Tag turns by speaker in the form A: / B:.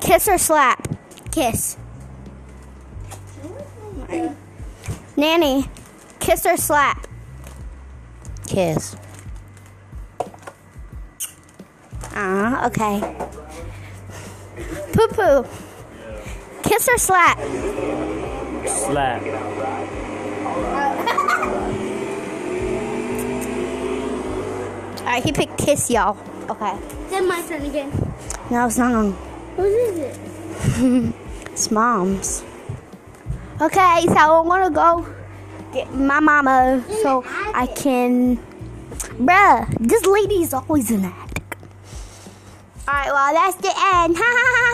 A: Kiss or slap?
B: Kiss.
A: Nanny, kiss or slap?
B: Kiss.
A: Ah, okay. Poo poo. Kiss or slap?
C: Slap.
A: Alright, he picked kiss, y'all. Okay.
B: Then my turn again.
A: No, it's not on.
B: Whose is it?
A: It's mom's. Okay, so I'm gonna go get my mama so I can. Bruh, this lady's always in the attic. Alright, well, that's the end. Ha ha ha.